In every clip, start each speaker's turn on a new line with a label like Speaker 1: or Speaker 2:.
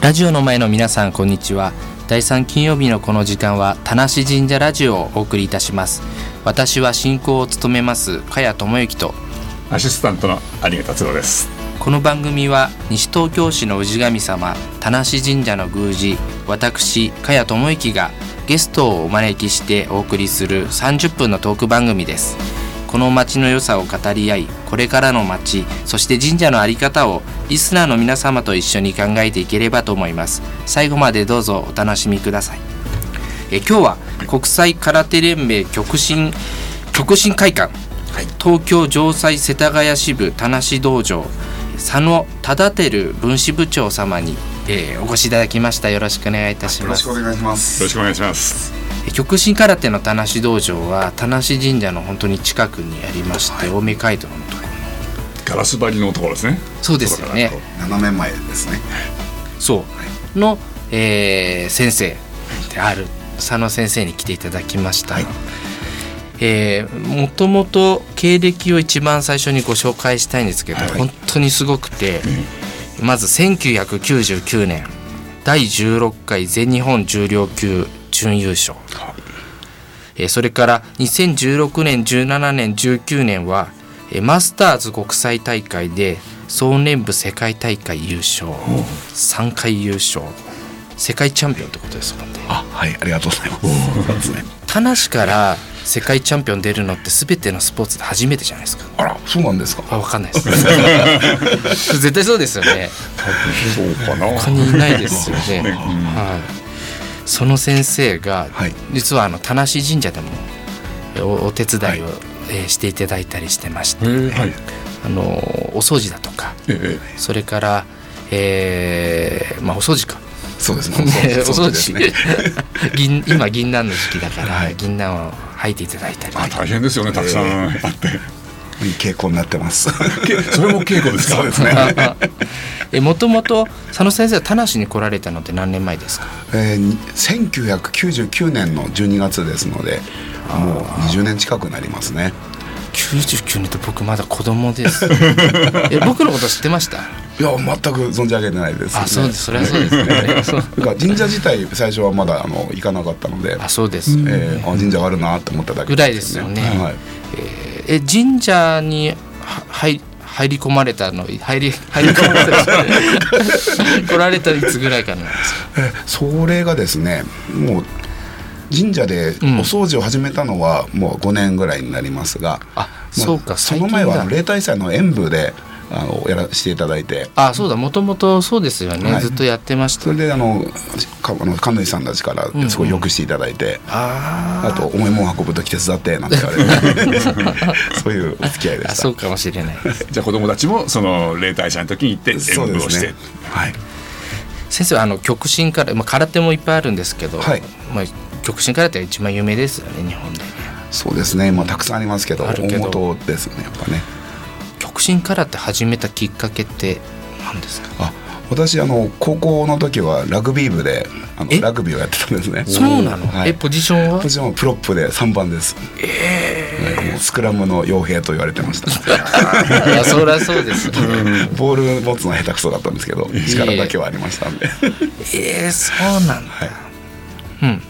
Speaker 1: ラジオの前の皆さんこんにちは第3金曜日のこの時間は田無神社ラジオをお送りいたします私は進行を務めます加谷智之と
Speaker 2: アシスタントの有賀達郎です。
Speaker 1: この番組は西東京市の氏神様田無神社の宮司私加谷智之がゲストをお招きしてお送りする30分のトーク番組ですこの町の良さを語り合いこれからの町そして神社の在り方をリスナーの皆様と一緒に考えていければと思います最後までどうぞお楽しみくださいえ今日は国際空手連盟極真極真会館、東京城西世田谷支部田無道場佐野忠輝分支部長様に、えーお越しいただきましたよろしくお願いいたし
Speaker 3: よろ
Speaker 1: ま
Speaker 3: し
Speaker 1: す
Speaker 3: くお願いします。
Speaker 2: よろしくお願いします。
Speaker 1: え極真空手の田無道場は田無神社の本当に近くにありまして、青梅街道のところ
Speaker 2: ガラス張りのところですね。
Speaker 1: そうですよね
Speaker 2: ところか
Speaker 3: 斜め前ですね。
Speaker 1: そうの、えー先生である佐野先生に来ていただきました、えーもともと経歴を一番最初にご紹介したいんですけど、
Speaker 2: はい
Speaker 1: 本当にすごくて、まず1999年第16回全日本重量級準優勝、
Speaker 2: らはい
Speaker 1: えーそれから2016年17年19年は、えーマスターズ国際大会で総年部世界大会優勝3回優勝世界チャンピオンってことですもんね
Speaker 4: あはいありがとうございますそうですね
Speaker 1: 田無から世界チャンピオン出るのって全てのスポーツで初めてじゃないですか
Speaker 4: あらそうなんですか
Speaker 1: あ分かんないです絶対そうですよね
Speaker 2: そうかな。
Speaker 1: 他にいないですよね
Speaker 2: ね
Speaker 1: はいその先生が、
Speaker 4: はい
Speaker 1: 実はあの田無神社でもえおお手伝いを、えーしていただいたりしてまして、
Speaker 2: うんはい。
Speaker 1: あのお掃除だとか
Speaker 2: ええ
Speaker 1: それから、えーまあ、お掃除か。
Speaker 4: そうです ね
Speaker 1: ねお
Speaker 4: そう
Speaker 1: 掃
Speaker 4: です
Speaker 1: 除、
Speaker 4: ね
Speaker 1: 銀今銀杏の時期だから、
Speaker 4: はい
Speaker 1: 銀杏を履いていただいたり
Speaker 2: あ大変ですよね。たくさんあって。
Speaker 4: いい傾向になってます
Speaker 2: けそれも稽古ですか。
Speaker 4: そうですね
Speaker 1: えもともと佐野先生は田無に来られたのって何年前ですか
Speaker 4: えーに1999年の12月ですのでもう20年近くなりますね
Speaker 1: 99年って僕まだ子供です え僕のこと知ってました
Speaker 4: いや全く存じ上げてないです、
Speaker 1: あそうですそれはそうですよねそう
Speaker 4: というか神社自体最初はまだあの行かなかったので
Speaker 1: あそうです、
Speaker 4: えーあ神社があるなと思っただけ
Speaker 1: ぐらいですよね
Speaker 4: はい、
Speaker 1: え神社には入入り込まれたの入り入り込まれた来られたいつぐらいかなんですか
Speaker 4: えそれがですねもう神社でお掃除を始めたのはもう5年ぐらいになりますが、
Speaker 1: あ
Speaker 4: まあ
Speaker 1: そうか
Speaker 4: その前はあの
Speaker 1: 最近だ
Speaker 4: 例大祭の演舞であのやらせていただいて
Speaker 1: あそうだもともとそうですよね、
Speaker 4: はい
Speaker 1: ずっとやってました
Speaker 4: それであのかあの神主さんたちから
Speaker 1: ん
Speaker 4: すごいよくしていただいて、
Speaker 1: あ
Speaker 4: あと「重いもん運ぶ時手伝って」なんて言わ れてそういうお付き合いで
Speaker 1: あ
Speaker 4: し
Speaker 1: そう
Speaker 4: た
Speaker 1: かもしれない
Speaker 2: じゃあ子供たちもその霊体者の時に行って演
Speaker 4: そう
Speaker 2: 舞
Speaker 4: で
Speaker 2: をし
Speaker 4: す
Speaker 2: て
Speaker 4: ね。はい
Speaker 1: 先生はあの極真から、まあ、空手もいっぱいあるんですけど、
Speaker 4: はい
Speaker 1: まあ、極真空手が一番有名ですよね日本で
Speaker 4: そうですね、まあ、たくさんありますけど
Speaker 1: あるけ
Speaker 4: 大
Speaker 1: ど
Speaker 4: 元ですねやっぱね
Speaker 1: 極真空手始めたきっかけって何ですか
Speaker 4: あ私あの高校の時はラグビー部であの
Speaker 1: え
Speaker 4: ラグビーをやってたんですね
Speaker 1: そうなの、
Speaker 4: はい
Speaker 1: えポジションは
Speaker 4: 私もプロップで3番ですはいもうスクラムの傭兵と言われてました
Speaker 1: いやそりゃそうですよね
Speaker 4: ボール持つのは下手くそだったんですけど力だけはありましたんで
Speaker 1: えー、そうなんだ、うん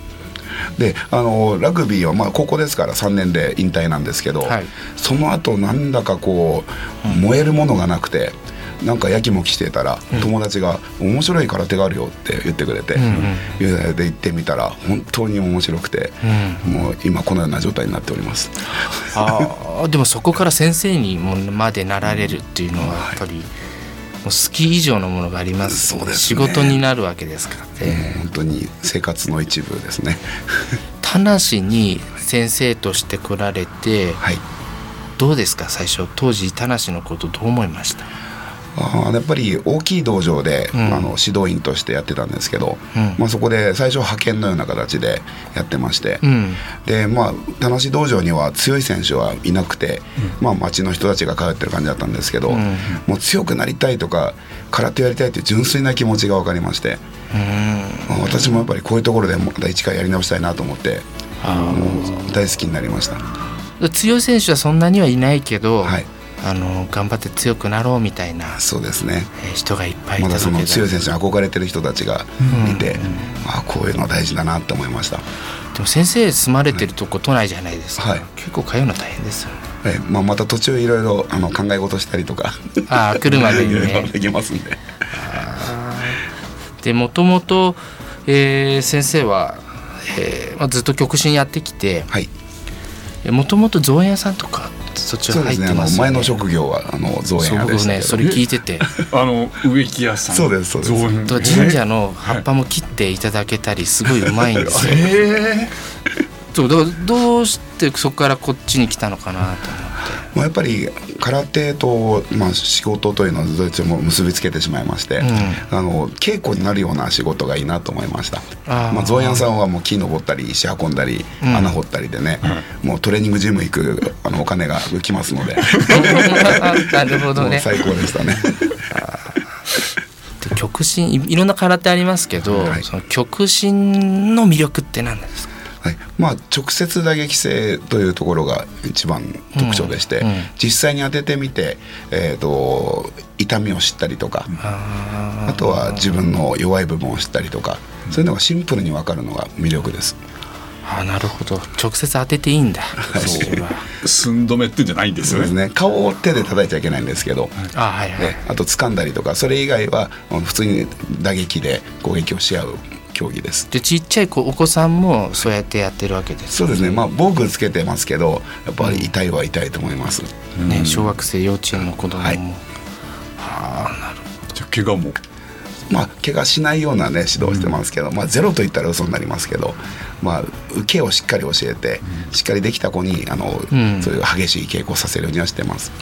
Speaker 4: であのラグビーはまあ高校ですから3年で引退なんですけど、
Speaker 1: はい
Speaker 4: その後なんだかこう燃えるものがなくてなんかやきもきしてたら友達が「面白い空手があるよ」って言ってくれて、言うで行ってみたら本当に面白くて、もう今このような状態になっております。
Speaker 1: あーでもそこから先生にもまでなられるっていうのはやっぱりもう好き以上のものがあります
Speaker 4: そうですね
Speaker 1: 仕事になるわけですからね。
Speaker 4: 本当に生活の一部ですね。
Speaker 1: 田無に先生として来られて
Speaker 4: はい。
Speaker 1: どうですか最初当時田無のことどう思いました
Speaker 4: あーやっぱり大きい道場で、
Speaker 1: うん
Speaker 4: あの指導員としてやってたんですけど、
Speaker 1: うん
Speaker 4: まあ、そこで最初派遣のような形でやってまして、
Speaker 1: うん
Speaker 4: でまあ田無道場には強い選手はいなくて、まあ、町の人たちが通ってる感じだったんですけど、
Speaker 1: ん
Speaker 4: もう強くなりたいとか空手やりたいっていう純粋な気持ちが分かりまして、まあ私もやっぱりこういうところでもまた一回やり直したいなと思って
Speaker 1: あ
Speaker 4: もう大好きになりました。
Speaker 1: 強い選手はそんなにはいないけど、
Speaker 4: はい
Speaker 1: あの頑張って強くなろうみたいな、
Speaker 4: そうですね
Speaker 1: えー人がいっぱいいた
Speaker 4: ま
Speaker 1: わ
Speaker 4: だそ
Speaker 1: け
Speaker 4: の
Speaker 1: だ
Speaker 4: 強い選手に憧れてる人たちがいて、ああこういうの大事だなって思いました、
Speaker 1: でも先生住まれてるとこ都内じゃないですか、
Speaker 4: はい
Speaker 1: 結構通うの大変ですよね
Speaker 4: えまあ、また途中いろいろあの考え事したりとか
Speaker 1: ああ車で
Speaker 4: いろいろ
Speaker 1: ね
Speaker 4: できますんで
Speaker 1: でもともとえー先生は、えーまあ、ずっと曲進やってきて
Speaker 4: はい
Speaker 1: もともと造園屋さんとかそっち
Speaker 4: そ
Speaker 1: は
Speaker 4: う
Speaker 1: 入
Speaker 4: で
Speaker 1: っ
Speaker 4: すね
Speaker 1: て
Speaker 4: あの
Speaker 1: ますよ
Speaker 4: 前
Speaker 1: ね
Speaker 4: の職業はあの造園
Speaker 1: そう
Speaker 4: 屋でし
Speaker 1: 僕
Speaker 4: たけ
Speaker 1: ね
Speaker 4: ど
Speaker 1: それ聞いて て
Speaker 2: あの植木屋さん
Speaker 4: そうですそうです
Speaker 2: 造園
Speaker 1: と神社の葉っぱも切っていただけたりすごいうまいんですよ
Speaker 2: え
Speaker 1: そうだからどうしてそこからこっちに来たのかな と思
Speaker 4: まあ、やっぱり空手と、まあ、仕事というのはどちらも結びつけてしまいまして、あの稽古になるような仕事がいいなと思いました
Speaker 1: あー
Speaker 4: まあ、造園さんはもう木登ったり石運んだり、
Speaker 1: ん
Speaker 4: 穴掘ったりでね、もうトレーニングジム行くあのお金が浮きますの で
Speaker 1: ってなるほど
Speaker 4: もう
Speaker 1: ね
Speaker 4: 最高でしたね
Speaker 1: で極真いいろんな空手ありますけど、
Speaker 4: はい
Speaker 1: その極真の魅力って何なんですか
Speaker 4: はいまあ、直接打撃性というところが一番特徴でして、
Speaker 1: うんうん
Speaker 4: 実際に当ててみて、えー、と痛みを知ったりとか、
Speaker 1: あ
Speaker 4: あとは自分の弱い部分を知ったりとか、そういうのがシンプルに分かるのが魅力です。
Speaker 1: ーあーなるほど直接当てていいんだそうは
Speaker 2: ー、寸止めってんじゃないんです
Speaker 4: そう
Speaker 2: よ
Speaker 4: です
Speaker 2: ね
Speaker 4: ね。顔を手で叩いちゃいけないんですけど、
Speaker 1: あーはいはい、
Speaker 4: ねあと掴んだりとか、それ以外はあの普通に打撃で攻撃をし合う競技です。
Speaker 1: でちっちゃい子お子さんもそうやってやってるわけです
Speaker 4: そうですね。まあ防具つけてますけど、やっぱり痛いは痛いと思います。
Speaker 1: ね小学生幼稚園の子供も、
Speaker 4: はい
Speaker 2: じゃあ怪我も
Speaker 4: まあ怪我しないようなね指導してますけど、まあゼロと言ったら嘘になりますけど、まあ受けをしっかり教えて、しっかりできた子にあの、
Speaker 1: うん
Speaker 4: そういう激しい稽古をさせるようにはしてます。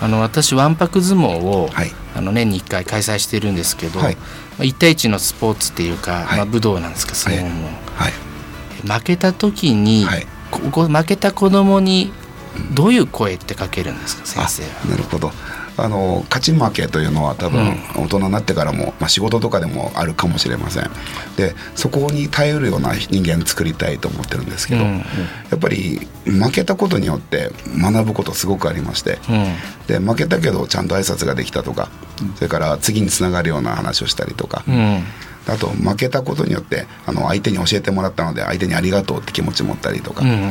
Speaker 1: あの私わんぱく相撲を、
Speaker 4: はい
Speaker 1: あの年に1回開催してるんですけど、
Speaker 4: はい
Speaker 1: まあ、1対1のスポーツっていうか、
Speaker 4: はい
Speaker 1: まあ、武道なんですか相撲も、
Speaker 4: はい。
Speaker 1: 負けた時に、
Speaker 4: はい
Speaker 1: ここ負けた子供にどういう声ってかけるんですか先生は。
Speaker 4: あなるほどあの勝ち負けというのは多分大人になってからも、まあ、仕事とかでもあるかもしれませんでそこに耐えうるような人間作りたいと思ってるんですけど、
Speaker 1: うんうん
Speaker 4: やっぱり負けたことによって学ぶことすごくありまして、
Speaker 1: うん
Speaker 4: で負けたけどちゃんと挨拶ができたとかそれから次につながるような話をしたりとか、
Speaker 1: うん
Speaker 4: あと負けたことによってあの相手に教えてもらったので相手にありがとうって気持ち持ったりとか、
Speaker 1: うん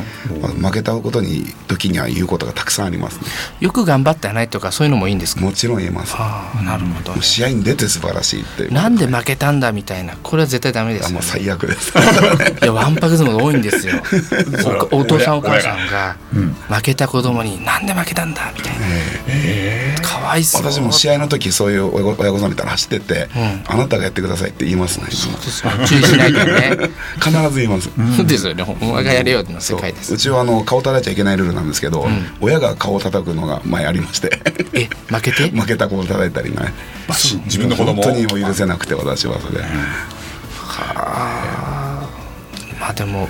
Speaker 4: まあ負けたことに時には言うことがたくさんありますね
Speaker 1: よく頑張ったないとかそういうのもいいんですか
Speaker 4: もちろん言えます
Speaker 1: ああなるほど、
Speaker 4: もう試合に出て素晴らしいっていう
Speaker 1: なんで負けたんだみたいなこれは絶対ダメです
Speaker 4: あ
Speaker 1: よ、
Speaker 4: も
Speaker 1: ね
Speaker 4: う、最悪です
Speaker 1: いやわんぱく相撲が多いんですよ
Speaker 2: それは
Speaker 1: おお父さんお
Speaker 2: 俺
Speaker 1: 母さんが負けた子供に「なんで負けたんだ」みたいな、かわいそう
Speaker 4: 私も試合の時そういう親御親御さんみたいなの走ってって、あなたがやってくださいって言いますね
Speaker 1: 注意しないとね
Speaker 4: 必ず言います、
Speaker 1: そうですよねお前がやれよの世界で
Speaker 4: そう
Speaker 1: す
Speaker 4: うちはあの顔叩いちゃいけないルールなんですけど、親が顔叩くのが前ありまして
Speaker 1: え負けて
Speaker 4: 負けた子を叩いたりね
Speaker 2: バシン自分の子供を
Speaker 4: 本当にもう許せなくて私はそれ、
Speaker 1: まあでも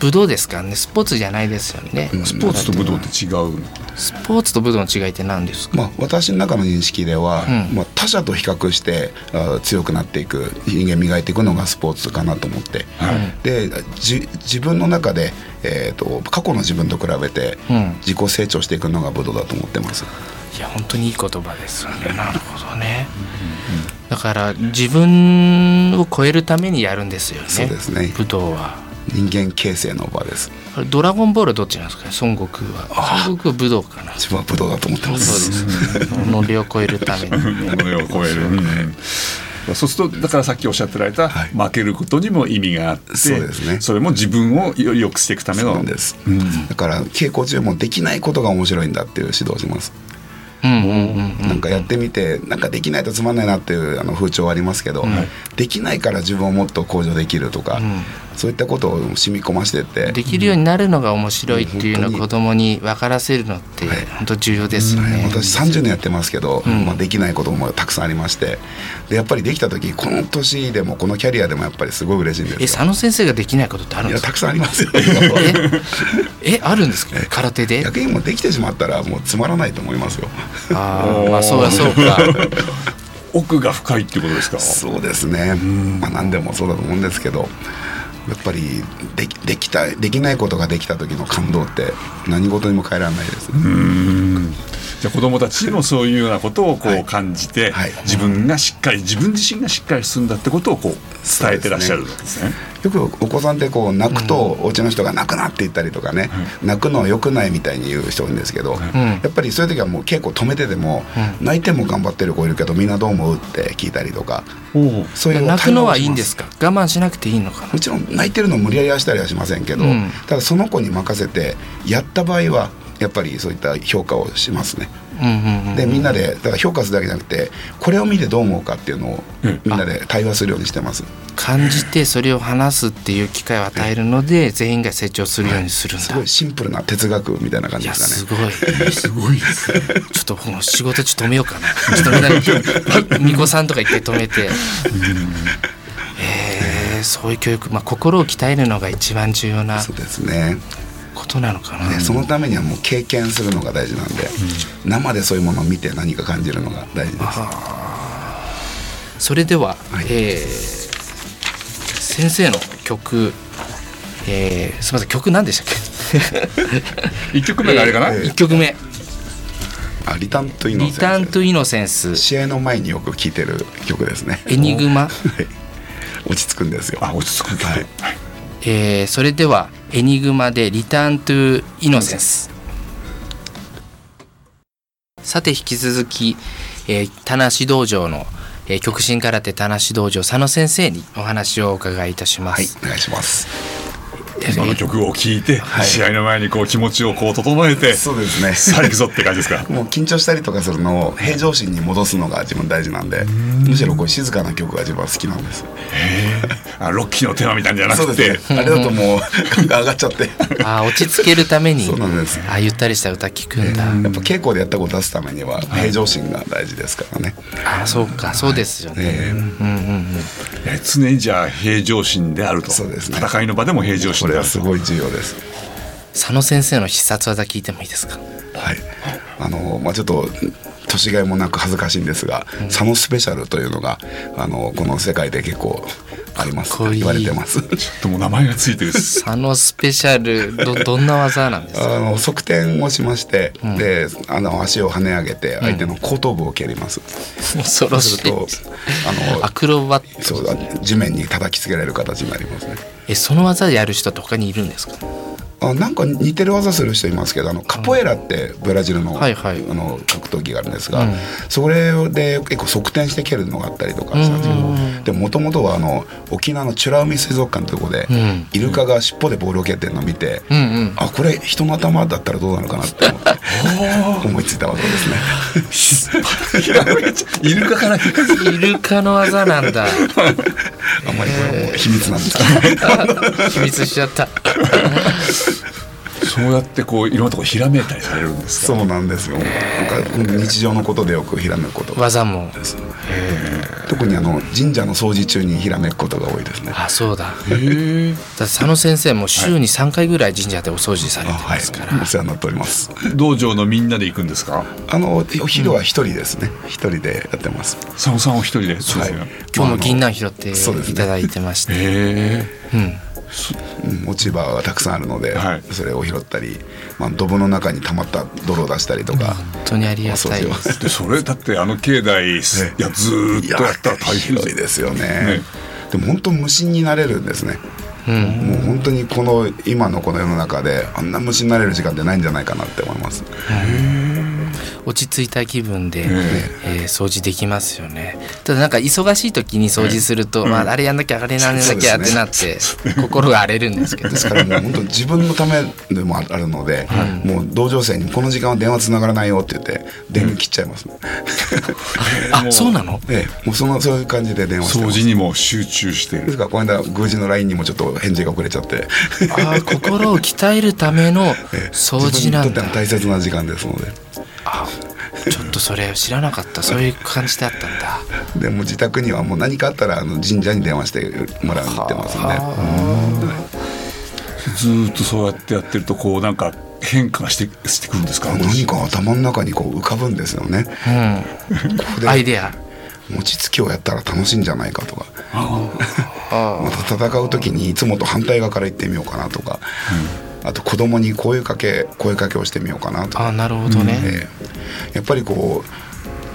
Speaker 1: 武道ですからねスポーツじゃないですよね、
Speaker 2: スポーツと武道って違うの
Speaker 1: スポーツと武道の違いって何ですか
Speaker 4: まあ、私の中の認識では、
Speaker 1: うん
Speaker 4: まあ、他者と比較してあー強くなっていく人間磨いていくのがスポーツかなと思って、でじ自分の中で、えー、と過去の自分と比べて
Speaker 1: うん
Speaker 4: 自己成長していくのが武道だと思ってます、
Speaker 1: いや本当にいい言葉ですよねなるほどねだから自分を超えるためにやるんですよね
Speaker 4: そうですね
Speaker 1: 武道は
Speaker 4: 人間形成の場です
Speaker 1: あれドラゴンボールどっちなんですかね孫悟空は孫悟空は武道かな
Speaker 4: 自分は武道だと思ってま
Speaker 1: そう
Speaker 4: す
Speaker 1: です己を超えるために
Speaker 2: 己を超える、そうするとだからさっきおっしゃってられた、
Speaker 4: はい
Speaker 2: 負けることにも意味があって
Speaker 4: そうですね
Speaker 2: それも自分をより良くしていくため
Speaker 4: そう
Speaker 2: の
Speaker 4: なんです、だから稽古中もできないことが面白いんだっていう指導をします
Speaker 1: うんうんうん
Speaker 4: なんかやってみてなんかできないとつまんないなっていうあの風潮はありますけど、できないから自分をもっと向上できるとか、そういったことを染み込ませてって
Speaker 1: できるようになるのが面白いっていうのを
Speaker 4: うん
Speaker 1: 子供に分からせるのって本当重要ですよね。
Speaker 4: 私30年やってますけど、まあ、できないこともたくさんありましてでやっぱりできた時この年でもこのキャリアでもやっぱりすごい嬉しいん
Speaker 1: え
Speaker 4: ですよ。
Speaker 1: 佐野先生ができないことってあるんで
Speaker 4: いや
Speaker 1: すか
Speaker 4: たくさんありますよ
Speaker 1: ええあるんですか空手で
Speaker 4: 逆にもうできてしまったらもうつまらないと思いますよ。
Speaker 1: ああまあそうかそうか
Speaker 2: 奥が深いってことですか
Speaker 4: そうですね、まあ、何でもそうだと思うんですけどやっぱりできできたできないことができた時の感動って何事にも変えられないですね、
Speaker 2: じゃあ子どもたちもそういうようなことをこう感じて、
Speaker 4: はい
Speaker 2: 自分がしっかり自分自身がしっかり進んだってことをこう伝えてらっしゃるんですね。
Speaker 4: よくお子さんってこう泣くとお家の人が泣くなって言ったりとかね、泣くのは良くないみたいに言う人多いんですけど、やっぱりそういう時はもう稽古止めてでも、泣いても頑張ってる子いるけどみんなどう思うって聞いたりとか
Speaker 2: おう
Speaker 4: そういう
Speaker 1: 泣くのはいいんですすか我慢しなくていいのかな
Speaker 4: もちろん泣いてるのを無理やりはしたりはしませんけど、
Speaker 1: うん
Speaker 4: ただその子に任せてやった場合はやっぱりそういった評価をしますね。
Speaker 1: うんうんうん
Speaker 4: でみんなでだから評価するだけじゃなくてこれを見てどう思うかっていうのを
Speaker 2: うん
Speaker 4: みんなで対話するようにしてます。
Speaker 1: 感じてそれを話すっていう機会を与えるので全員が成長するようにするんだ、
Speaker 4: すごいシンプルな哲学みたいな感
Speaker 1: い
Speaker 4: じで
Speaker 1: や
Speaker 4: す
Speaker 1: す
Speaker 4: かね。
Speaker 1: ごいすごいですちょっともう仕事ちょっと止めようかなちょっと無駄にみ巫女さんとか一回止めてえーそういう教育、まあ、心を鍛えるのが一番重要な
Speaker 4: そうですね
Speaker 1: ことなのかな、
Speaker 4: でそのためにはもう経験するのが大事なんで、生でそういうものを見て何か感じるのが大事です。
Speaker 1: それでは、
Speaker 4: はい
Speaker 1: えー先生の曲、えーすみません曲何でしたっ
Speaker 2: 一曲
Speaker 1: け
Speaker 2: 目があれかな、
Speaker 1: えー 一曲目
Speaker 4: あリターンとイ
Speaker 1: 「
Speaker 4: ノ
Speaker 1: リ
Speaker 4: セ
Speaker 1: ターン・
Speaker 4: ンス
Speaker 1: トゥ・イノセンス」
Speaker 4: 試合の前によく聴いてる曲ですね
Speaker 1: 「エニグマ」
Speaker 4: 落ち着くんですよ。
Speaker 2: あ落ち着く曲、
Speaker 4: はい
Speaker 1: えーそれでは「エニグマ」で「リターン・トゥ・イノセンス」さて引き続き、えー、田無道場の、えー極真空手田無道場佐野先生にお話をお伺いいたしま
Speaker 4: はい
Speaker 1: す。、
Speaker 4: お願いします。
Speaker 2: その曲を聴いて、試合の前にこう気持ちをこう整えて
Speaker 4: そうですね。
Speaker 2: さあ行くぞって感じですか
Speaker 4: もう緊張したりとかするのを平常心に戻すのが自分大事なんで、むしろこう静かな曲が自分は好きなんです。
Speaker 2: あロッキーのテーマみたいなんじゃな
Speaker 4: そう
Speaker 2: く
Speaker 4: です
Speaker 2: て
Speaker 4: ね。あれだともう感が上がっちゃって。
Speaker 1: あー落ち着けるために
Speaker 4: そうなんです。
Speaker 1: あゆったりした歌聞くんだ、
Speaker 4: やっぱ稽古でやったことを出すためには平常心が大事ですからね。
Speaker 1: あそうかそうですよね、
Speaker 4: えー
Speaker 2: え常にじゃあ平常心であると
Speaker 4: そうですね
Speaker 2: 戦いの場でも平常
Speaker 4: こ
Speaker 2: 心
Speaker 4: れ
Speaker 2: であ
Speaker 4: は
Speaker 2: る
Speaker 4: す
Speaker 2: と
Speaker 4: ごい重要です。
Speaker 1: 佐野先生の必殺技聞いてもいいですか
Speaker 4: はい。あのまあちょっと年がいもなく恥ずかしいんですが、佐野スペシャルというのがあのこの世界で結構あります
Speaker 1: かっこいい
Speaker 4: 言われてます。
Speaker 2: ちょっともう名前がついて る
Speaker 1: 佐野スペシャル どどんな技なんですか
Speaker 4: あの側転をしまして、であの足を跳ね上げて相手の後頭部を蹴ります、
Speaker 1: 恐ろ
Speaker 4: そう
Speaker 1: し
Speaker 4: すると
Speaker 1: い
Speaker 4: あの
Speaker 1: アクロバット
Speaker 4: そうだ地面に叩きつけられる形になりますね
Speaker 1: えその技やる人って他にいるんですか
Speaker 4: あなんか似てる技する人いますけどあのカポエラってブラジルの,、
Speaker 1: はいはい
Speaker 4: あの格闘技があるんですが、それで結構側転して蹴るのがあったりとかしたんですけど、でもともとはあの沖縄の美ら海水族館というとこで、
Speaker 1: ん
Speaker 4: イルカが尻尾でボールを蹴ってるのを見て、
Speaker 1: うんうん
Speaker 4: あこれ人の頭だったらどうなのかなって思って思いついた技ですね。
Speaker 2: イルカから
Speaker 1: イルカの技なんだ
Speaker 4: あんまりこれはもう秘密なんですけ
Speaker 1: 秘密しちゃった
Speaker 2: そうやってこういろんなとこひらめいたりされるんです
Speaker 4: ど、そうなんですよ。なんか日常のことでよくひらめくことが。
Speaker 1: 技も
Speaker 4: 特にあの神社の掃除中にひらめくことが多いですね。
Speaker 1: あそうだだって
Speaker 2: へえ
Speaker 1: 佐野先生も週に3回ぐらい神社でお掃除され
Speaker 4: あ
Speaker 1: て
Speaker 4: は
Speaker 1: ま
Speaker 4: い
Speaker 1: すから、、
Speaker 4: お世話になっております。
Speaker 2: 道場のみんなで行くんですか
Speaker 4: あのお昼は一人ですね。一、人でやってます。
Speaker 2: 佐野さんお一人でそうですよ
Speaker 4: はい
Speaker 1: 今日も銀杏拾って
Speaker 4: そうですね
Speaker 1: いただいてまして、
Speaker 2: へ
Speaker 1: うん
Speaker 4: うん落ち葉がたくさんあるので、
Speaker 2: はい
Speaker 4: それを拾ったり、まあドブの中に溜まった泥を出したりとか。
Speaker 1: 本当にありがたいで
Speaker 4: お掃除
Speaker 1: す
Speaker 2: えでそれだってあの境内い
Speaker 4: ね
Speaker 2: やずーっとやったら大変
Speaker 4: 広いですよね
Speaker 2: ね
Speaker 4: でも本当無心になれるんですね、もう本当にこの今のこの世の中であんな無心になれる時間ってないんじゃないかなって思います
Speaker 1: 落ち着いた気分で、
Speaker 2: え
Speaker 1: えー掃除できますよねただなんか忙しい時に掃除すると、まあ、あれやんなきゃあれやんなきゃってなって、心が荒れるんですけど
Speaker 4: ですから もう本当に自分のためでもあるので、もう同情生に「この時間は電話つながらないよ」って言って電源切っちゃいますね、
Speaker 1: あそうなの
Speaker 4: ええもうそのそういう感じで電話して
Speaker 2: 掃
Speaker 4: ます
Speaker 2: 除にも集中して
Speaker 4: です
Speaker 2: る
Speaker 4: からこの間宮司の LINE にもちょっと返事が遅れちゃって
Speaker 1: あー心を鍛えるための
Speaker 4: ええ
Speaker 1: 掃除なん
Speaker 4: 自分にと
Speaker 1: だ
Speaker 4: っての大切な時間ですので
Speaker 1: ちょっとそれ知らなかったそういう感じだったんだ
Speaker 4: でもう自宅にはもう何かあったらあの神社に電話してもらうって言ってますんで
Speaker 2: ずーっとそうやってやってるとこうなんか変化がしてしてくるんですか
Speaker 4: 何か頭の中にこう浮かぶんですよね。ここで
Speaker 1: アイデア
Speaker 4: 餅つきをやったら楽しいんじゃないかとか
Speaker 1: あ
Speaker 4: また戦う時にいつもと反対側から行ってみようかなとか、あと子供に声かけ声かけをしてみようかなと
Speaker 1: あなるほどね、
Speaker 4: ええやっぱりこう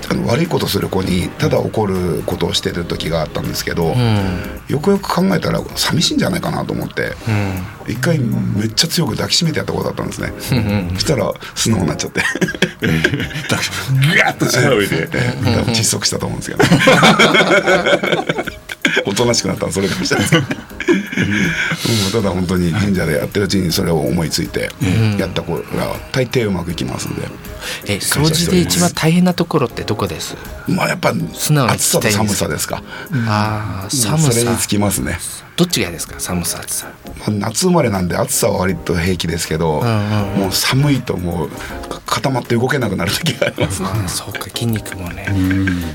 Speaker 4: あの悪いことする子にただ怒ることをしてる時があったんですけど、
Speaker 1: うん
Speaker 4: よくよく考えたら寂しいんじゃないかなと思って一回めっちゃ強く抱きしめてやったことだったんですね
Speaker 1: うんうん
Speaker 4: そしたら素直になっちゃって
Speaker 2: ぐわっと力を入 れて。
Speaker 4: 多分窒息したと思うんですけど、 ね、おとなしくなったのそれかもしれないですけどうん、ただ本当に神社でやってるうちにそれを思いついてやった子が大抵うまくいきますんで、
Speaker 1: え掃除で一番大変なところってどこです
Speaker 4: まあやっぱ
Speaker 1: 素直に
Speaker 4: 暑さと寒さですか
Speaker 1: ああ寒
Speaker 4: それにつ
Speaker 1: さ
Speaker 4: きますね、
Speaker 1: どっちが嫌ですか寒さ暑さ
Speaker 4: まあ夏生まれなんで暑さは割と平気ですけど、
Speaker 1: ん
Speaker 4: もう寒いともうか固まって動けなくなる時があります、
Speaker 1: ああそうか筋肉もね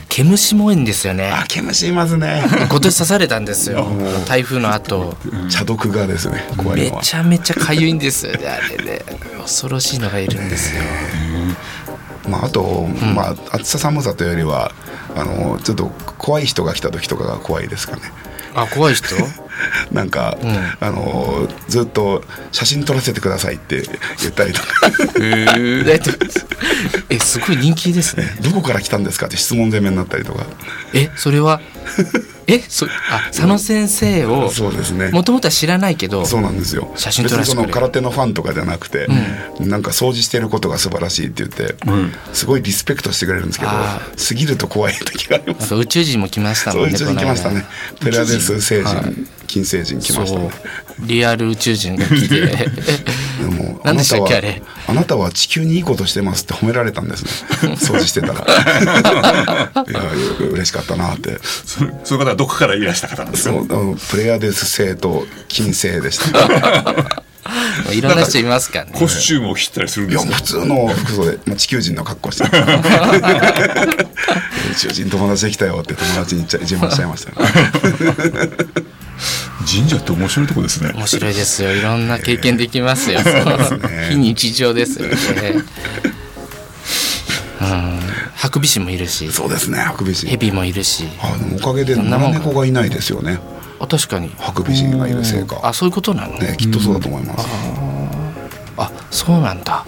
Speaker 1: 毛虫も多いんですよね
Speaker 4: あ毛虫いますね
Speaker 1: 今年刺されたんですよ
Speaker 4: うん
Speaker 1: 台風の後
Speaker 4: 茶毒がですね怖い
Speaker 1: め
Speaker 4: のは
Speaker 1: ちゃめちゃ痒いんですよねあれね恐ろしいのがいるんですよ
Speaker 4: まあ、あと、まあ、暑さ寒さというよりはあのちょっと怖い人が来た時とかが怖いですかね
Speaker 1: あ怖い 人
Speaker 4: なんか、
Speaker 1: ん
Speaker 4: あのずっと写真撮らせてくださいって言ったりとか
Speaker 1: だってえすごい人気ですね
Speaker 4: どこから来たんですかって質問攻めになったりとか
Speaker 1: えそれはえそあ佐野先生を
Speaker 4: そうですね
Speaker 1: もともとは知らないけど
Speaker 4: そうなんですよ
Speaker 1: 写真撮らせてくれ
Speaker 4: 別にその空手のファンとかじゃなくて、なんか掃除してることが素晴らしいって言って、
Speaker 2: ん
Speaker 4: すごいリスペクトしてくれるんですけど
Speaker 1: あ
Speaker 4: 過ぎると怖い時があります
Speaker 1: あと宇宙人も来ました
Speaker 4: そ
Speaker 1: も
Speaker 4: うん一
Speaker 1: ね
Speaker 4: 緒に来ましたね
Speaker 1: こ
Speaker 4: ペ
Speaker 1: の間
Speaker 4: ラデス星人、
Speaker 1: はい
Speaker 4: 金星人来ました
Speaker 1: そ
Speaker 4: ね
Speaker 1: うリアル宇宙人が来て
Speaker 4: でもあ
Speaker 1: 何で
Speaker 4: な
Speaker 1: した
Speaker 4: た
Speaker 1: っけ
Speaker 4: は
Speaker 1: あれ
Speaker 4: あなたは地球にいいことしてますって褒められたんで すね掃除してたらいや嬉しかったなって
Speaker 2: そういう方はどこからいらした方なんです
Speaker 4: そ
Speaker 2: か
Speaker 4: うあのプレアデス星と金星でし た
Speaker 1: ま あいろんな人いますからね
Speaker 2: コスチュームを切ったりするん
Speaker 4: い
Speaker 2: で
Speaker 4: や
Speaker 2: すか
Speaker 4: 普通の服装で、まあ、地球人の格好して 宇宙人友達できたよって友達に言っちゃ自慢しちゃいましたね、
Speaker 2: 神社って面白いとこですね
Speaker 1: 面白いですよいろんな経験できますよ、
Speaker 4: ね
Speaker 1: 非日常ですよねうんハクビシンもいるし
Speaker 4: そうですねハクビシン
Speaker 1: ヘビもいるし
Speaker 4: あでもおかげで
Speaker 1: んな
Speaker 4: 野
Speaker 1: もん
Speaker 4: 良
Speaker 1: か
Speaker 4: 猫がいないですよね
Speaker 1: あ確かに
Speaker 4: ハクビシンがいるせいか
Speaker 1: あそういうことなの、
Speaker 4: ねきっとそうだと思います、
Speaker 1: あそうなんだ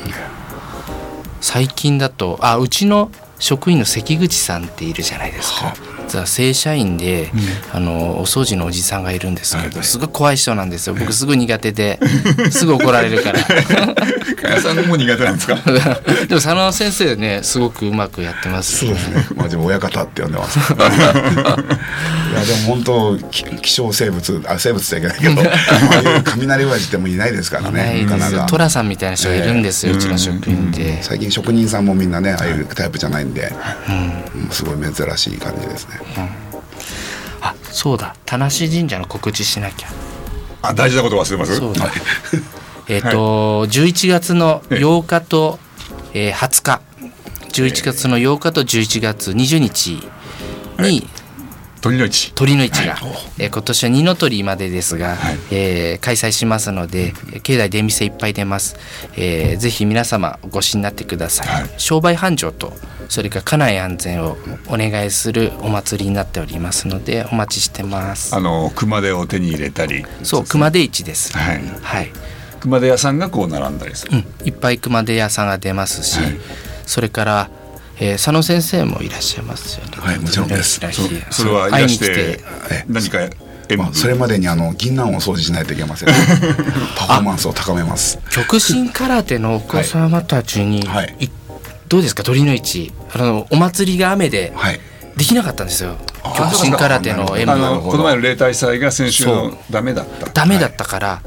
Speaker 1: 最近だとあうちの職員の関口さんっているじゃないですか実は正社員で、あのお掃除のおじさんがいるんですけど、すごい怖い人なん ですよ僕すごい苦手ですぐ怒られるから
Speaker 2: 加谷さんも苦手なんですか
Speaker 1: でも佐野先生ねすごくうまくやってます
Speaker 4: そうです ね。まあ自分親方って呼んで ます。いやでも本当き希少生物あ生物じゃいけないけど、ああいう雷親父ってもういないですか
Speaker 1: な
Speaker 4: らね。
Speaker 1: い
Speaker 4: な
Speaker 1: で
Speaker 4: か
Speaker 1: すよ
Speaker 4: な
Speaker 1: 寅
Speaker 4: か。
Speaker 1: さんみたいな人がいるんですよ、うちの職員で、
Speaker 4: 最近職人さんもみんなねああいうタイプじゃないんで、うんすごい珍しい感じですね。
Speaker 1: あそうだ田無神社の告知しなきゃ
Speaker 2: あ大事なこと忘れます
Speaker 1: そう
Speaker 2: はい
Speaker 1: えっ、と、11月の8日と、えー20日11月の8日と11月20日に
Speaker 2: 鳥の市
Speaker 1: 鳥の市が、えー今年は二の鳥までですが、えー開催しますのでえー境内出店いっぱい出ます、えーぜひ皆様お越しになってください、
Speaker 2: はい
Speaker 1: 商売繁盛とそれから家内安全をお願いするお祭りになっておりますのでお待ちしてます
Speaker 2: あの熊手を手に入れたり
Speaker 1: そう熊手市です
Speaker 2: はい
Speaker 1: はい
Speaker 2: 熊手屋さんがこう並んだりする、
Speaker 1: いっぱい熊手屋さんが出ますし、それから、えー佐野先生もいらっしゃいますよね。
Speaker 4: はいもちろんです
Speaker 1: いらっしゃい
Speaker 2: そ
Speaker 1: らっしゃい
Speaker 2: それはいらし
Speaker 1: 会いに
Speaker 2: て
Speaker 1: 来
Speaker 4: ええ
Speaker 2: 何か演
Speaker 4: まあ
Speaker 2: 舞
Speaker 4: それまでにあの銀杏を掃除しないといけま せん、パフォーマンスを高めます。
Speaker 1: 極真空手のお子様たちに、
Speaker 4: はいはい
Speaker 1: いどうですか鳥の市あのお祭りが雨で
Speaker 4: はい。
Speaker 1: できなかったんですよ
Speaker 4: あ
Speaker 1: 極真空手の演舞
Speaker 2: あ
Speaker 4: なる
Speaker 2: の
Speaker 4: ほど
Speaker 2: この前の例大祭が先週
Speaker 1: そ
Speaker 2: のダメだった
Speaker 1: ダメだったから、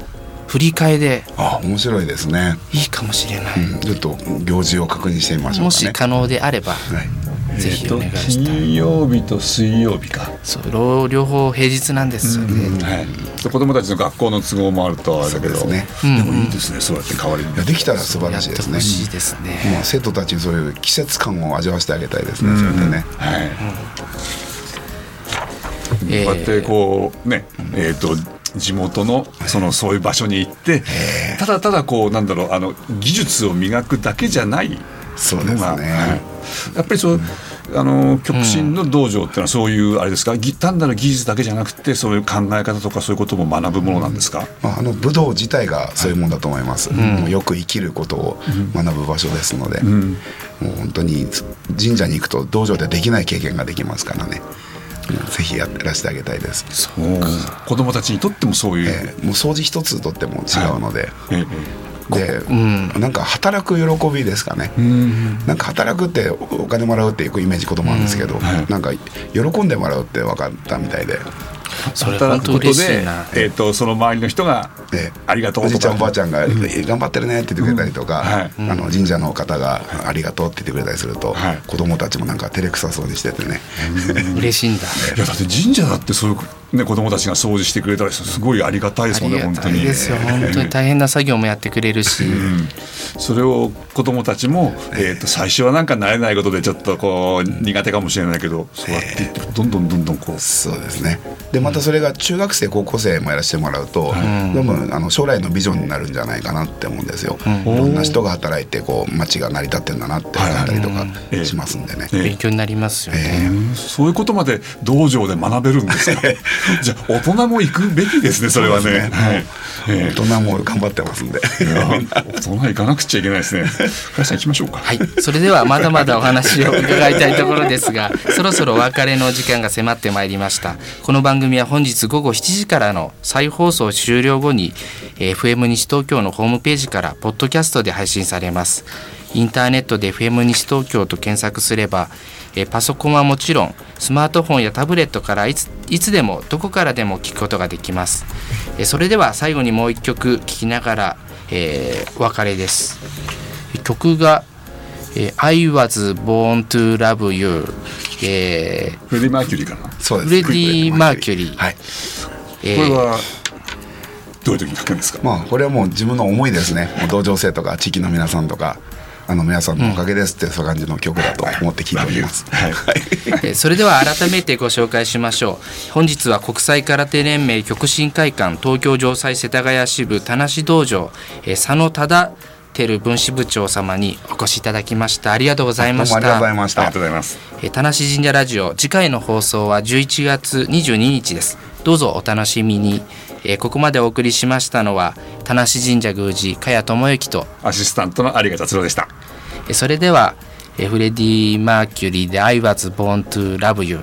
Speaker 1: 振り替えで
Speaker 4: あ面白いですね。
Speaker 1: いいかもしれない、
Speaker 4: うんちょっと行事を確認してみましょう
Speaker 1: も
Speaker 4: か
Speaker 1: し
Speaker 4: ね。
Speaker 1: 可能であれば、
Speaker 4: はい。
Speaker 1: ぜひお願い
Speaker 2: えっと
Speaker 1: したい、
Speaker 2: 金曜日と水曜日か、
Speaker 1: そうろう両方平日なんですよね、
Speaker 2: はい、子供たちの学校の都合もあるとはあれだけど
Speaker 4: そうですね
Speaker 2: でもいいですね、そうやって代わりに
Speaker 4: いやできたら素晴
Speaker 1: や
Speaker 4: ら
Speaker 1: っ
Speaker 4: しい
Speaker 1: て
Speaker 4: です
Speaker 1: ほ
Speaker 4: ね。
Speaker 1: しいですね、
Speaker 4: まあ、生徒たちにそういう季節感を味わわせてあげたいですね、それでね。
Speaker 2: はい
Speaker 1: えー
Speaker 2: こうやってこうねえー、と地元のそのそういう場所に行ってただただこうなんだろうあの技術を磨くだけじゃない
Speaker 4: そうですね
Speaker 2: のがはいやっぱりそうあの極真の道場っていうのはそういうあれですか、ぎ単なる技術だけじゃなくてそういう考え方とかそういうことも学ぶものなんですか、
Speaker 4: まあ、あの武道自体がそういうもんだと思います、もうよく生きることを学ぶ場所ですので、もう本当に神社に行くと道場でできない経験ができますからね、うんぜひやってらしてあげたいです、
Speaker 2: おー子どもたちにとってもそういう、
Speaker 4: えーもう掃除一つとっても違うので、
Speaker 2: ええ
Speaker 4: で、なんか働く喜びですかね、なんか働くってお金もらうっていうイメージ子供なんですけど、
Speaker 2: はい
Speaker 4: なんか喜んでもらうって分かったみたいで、
Speaker 1: それ本
Speaker 2: 働く
Speaker 1: 当
Speaker 2: こと
Speaker 1: 嬉しい
Speaker 2: で
Speaker 1: な、
Speaker 2: えー、とその周りの人が
Speaker 4: ええ
Speaker 2: ありがとう
Speaker 4: お
Speaker 2: とか
Speaker 4: じいちゃんおばあちゃんが「頑張ってるね」って言ってくれたりとか、
Speaker 2: う
Speaker 4: あの神社の方が「ありがとう」って言ってくれたりすると、
Speaker 2: はい
Speaker 4: 子供たちもなんか照れくさそうにしててね、
Speaker 1: 嬉しいんだ。
Speaker 2: いやだって神社だってそういう、ね、子供たちが掃除してくれたりするすごいありがたいで
Speaker 1: あ
Speaker 2: すもん
Speaker 1: り
Speaker 2: ね
Speaker 1: が
Speaker 2: 本
Speaker 1: た
Speaker 2: 当
Speaker 1: い
Speaker 2: に
Speaker 1: ですよ。本当に大変な作業もやってくれるし、
Speaker 2: それを子供たちも、えー、と最初はなんか慣れないことでちょっとこう苦手かもしれないけどそうやっていってどんどんどんどんこう
Speaker 4: そうですねでまたそれが中学生高校生もやらせてもらうと、多分あの将来のビジョンになるんじゃないかなって思うんですよ、いろんな人が働いてこう街が成り立ってんだなって思ったりとか
Speaker 2: うん
Speaker 4: しますんでね、
Speaker 2: ええ
Speaker 1: 勉強になりますよね。
Speaker 2: そういうことまで道場で学べるんですか じゃあ大人も行くべきですねそれはねはいえ
Speaker 4: 大人も頑張ってますんで。
Speaker 2: えいや大人行かなくちゃいけないですね林さん行きましょうか
Speaker 1: はい、それではまだまだお話を伺いたいところですがそろそろお別れの時間が迫ってまいりましたこの番組は本日午後7時からの再放送終了後にえー FM 西東京のホームページからポッドキャストで配信されますインターネットで FM 西東京と検索すればえーパソコンはもちろんスマートフォンやタブレットからいついつでもどこからでも聞くことができますえーそれでは最後にもう一曲聴きながら、えーお別れです曲がえー「I was born to love you」えー
Speaker 2: フレディ・マーキュリーかな
Speaker 4: そうです
Speaker 1: フレディマーキュリー
Speaker 4: はい
Speaker 1: え
Speaker 2: これ
Speaker 1: ー
Speaker 2: はどういう時に書くんですか、
Speaker 4: まあこれはもう自分の思いですねもう同情生とか地域の皆さんとかあの皆さんのおかげですってそういう感じの曲だと思って聴いております、
Speaker 2: はい
Speaker 1: えーそれでは改めてご紹介しましょう本日は国際空手連盟極真会館東京城西世田谷支部田無道場、えー佐野忠輝分支部長様にお越しいただきましたありがとうござい
Speaker 4: どう
Speaker 1: まし
Speaker 4: もありがとうござい
Speaker 1: た
Speaker 4: まし
Speaker 2: あり
Speaker 4: た
Speaker 2: がとうございます
Speaker 1: えー田無神社ラジオ次回の放送は11月22日ですどうぞお楽しみに、えーここまでお送りしましたのは田無神社宮司加谷智之と
Speaker 2: アシスタントの有賀達郎でした
Speaker 1: えそれではえフレディ・マーキュリーで「I was born to love you」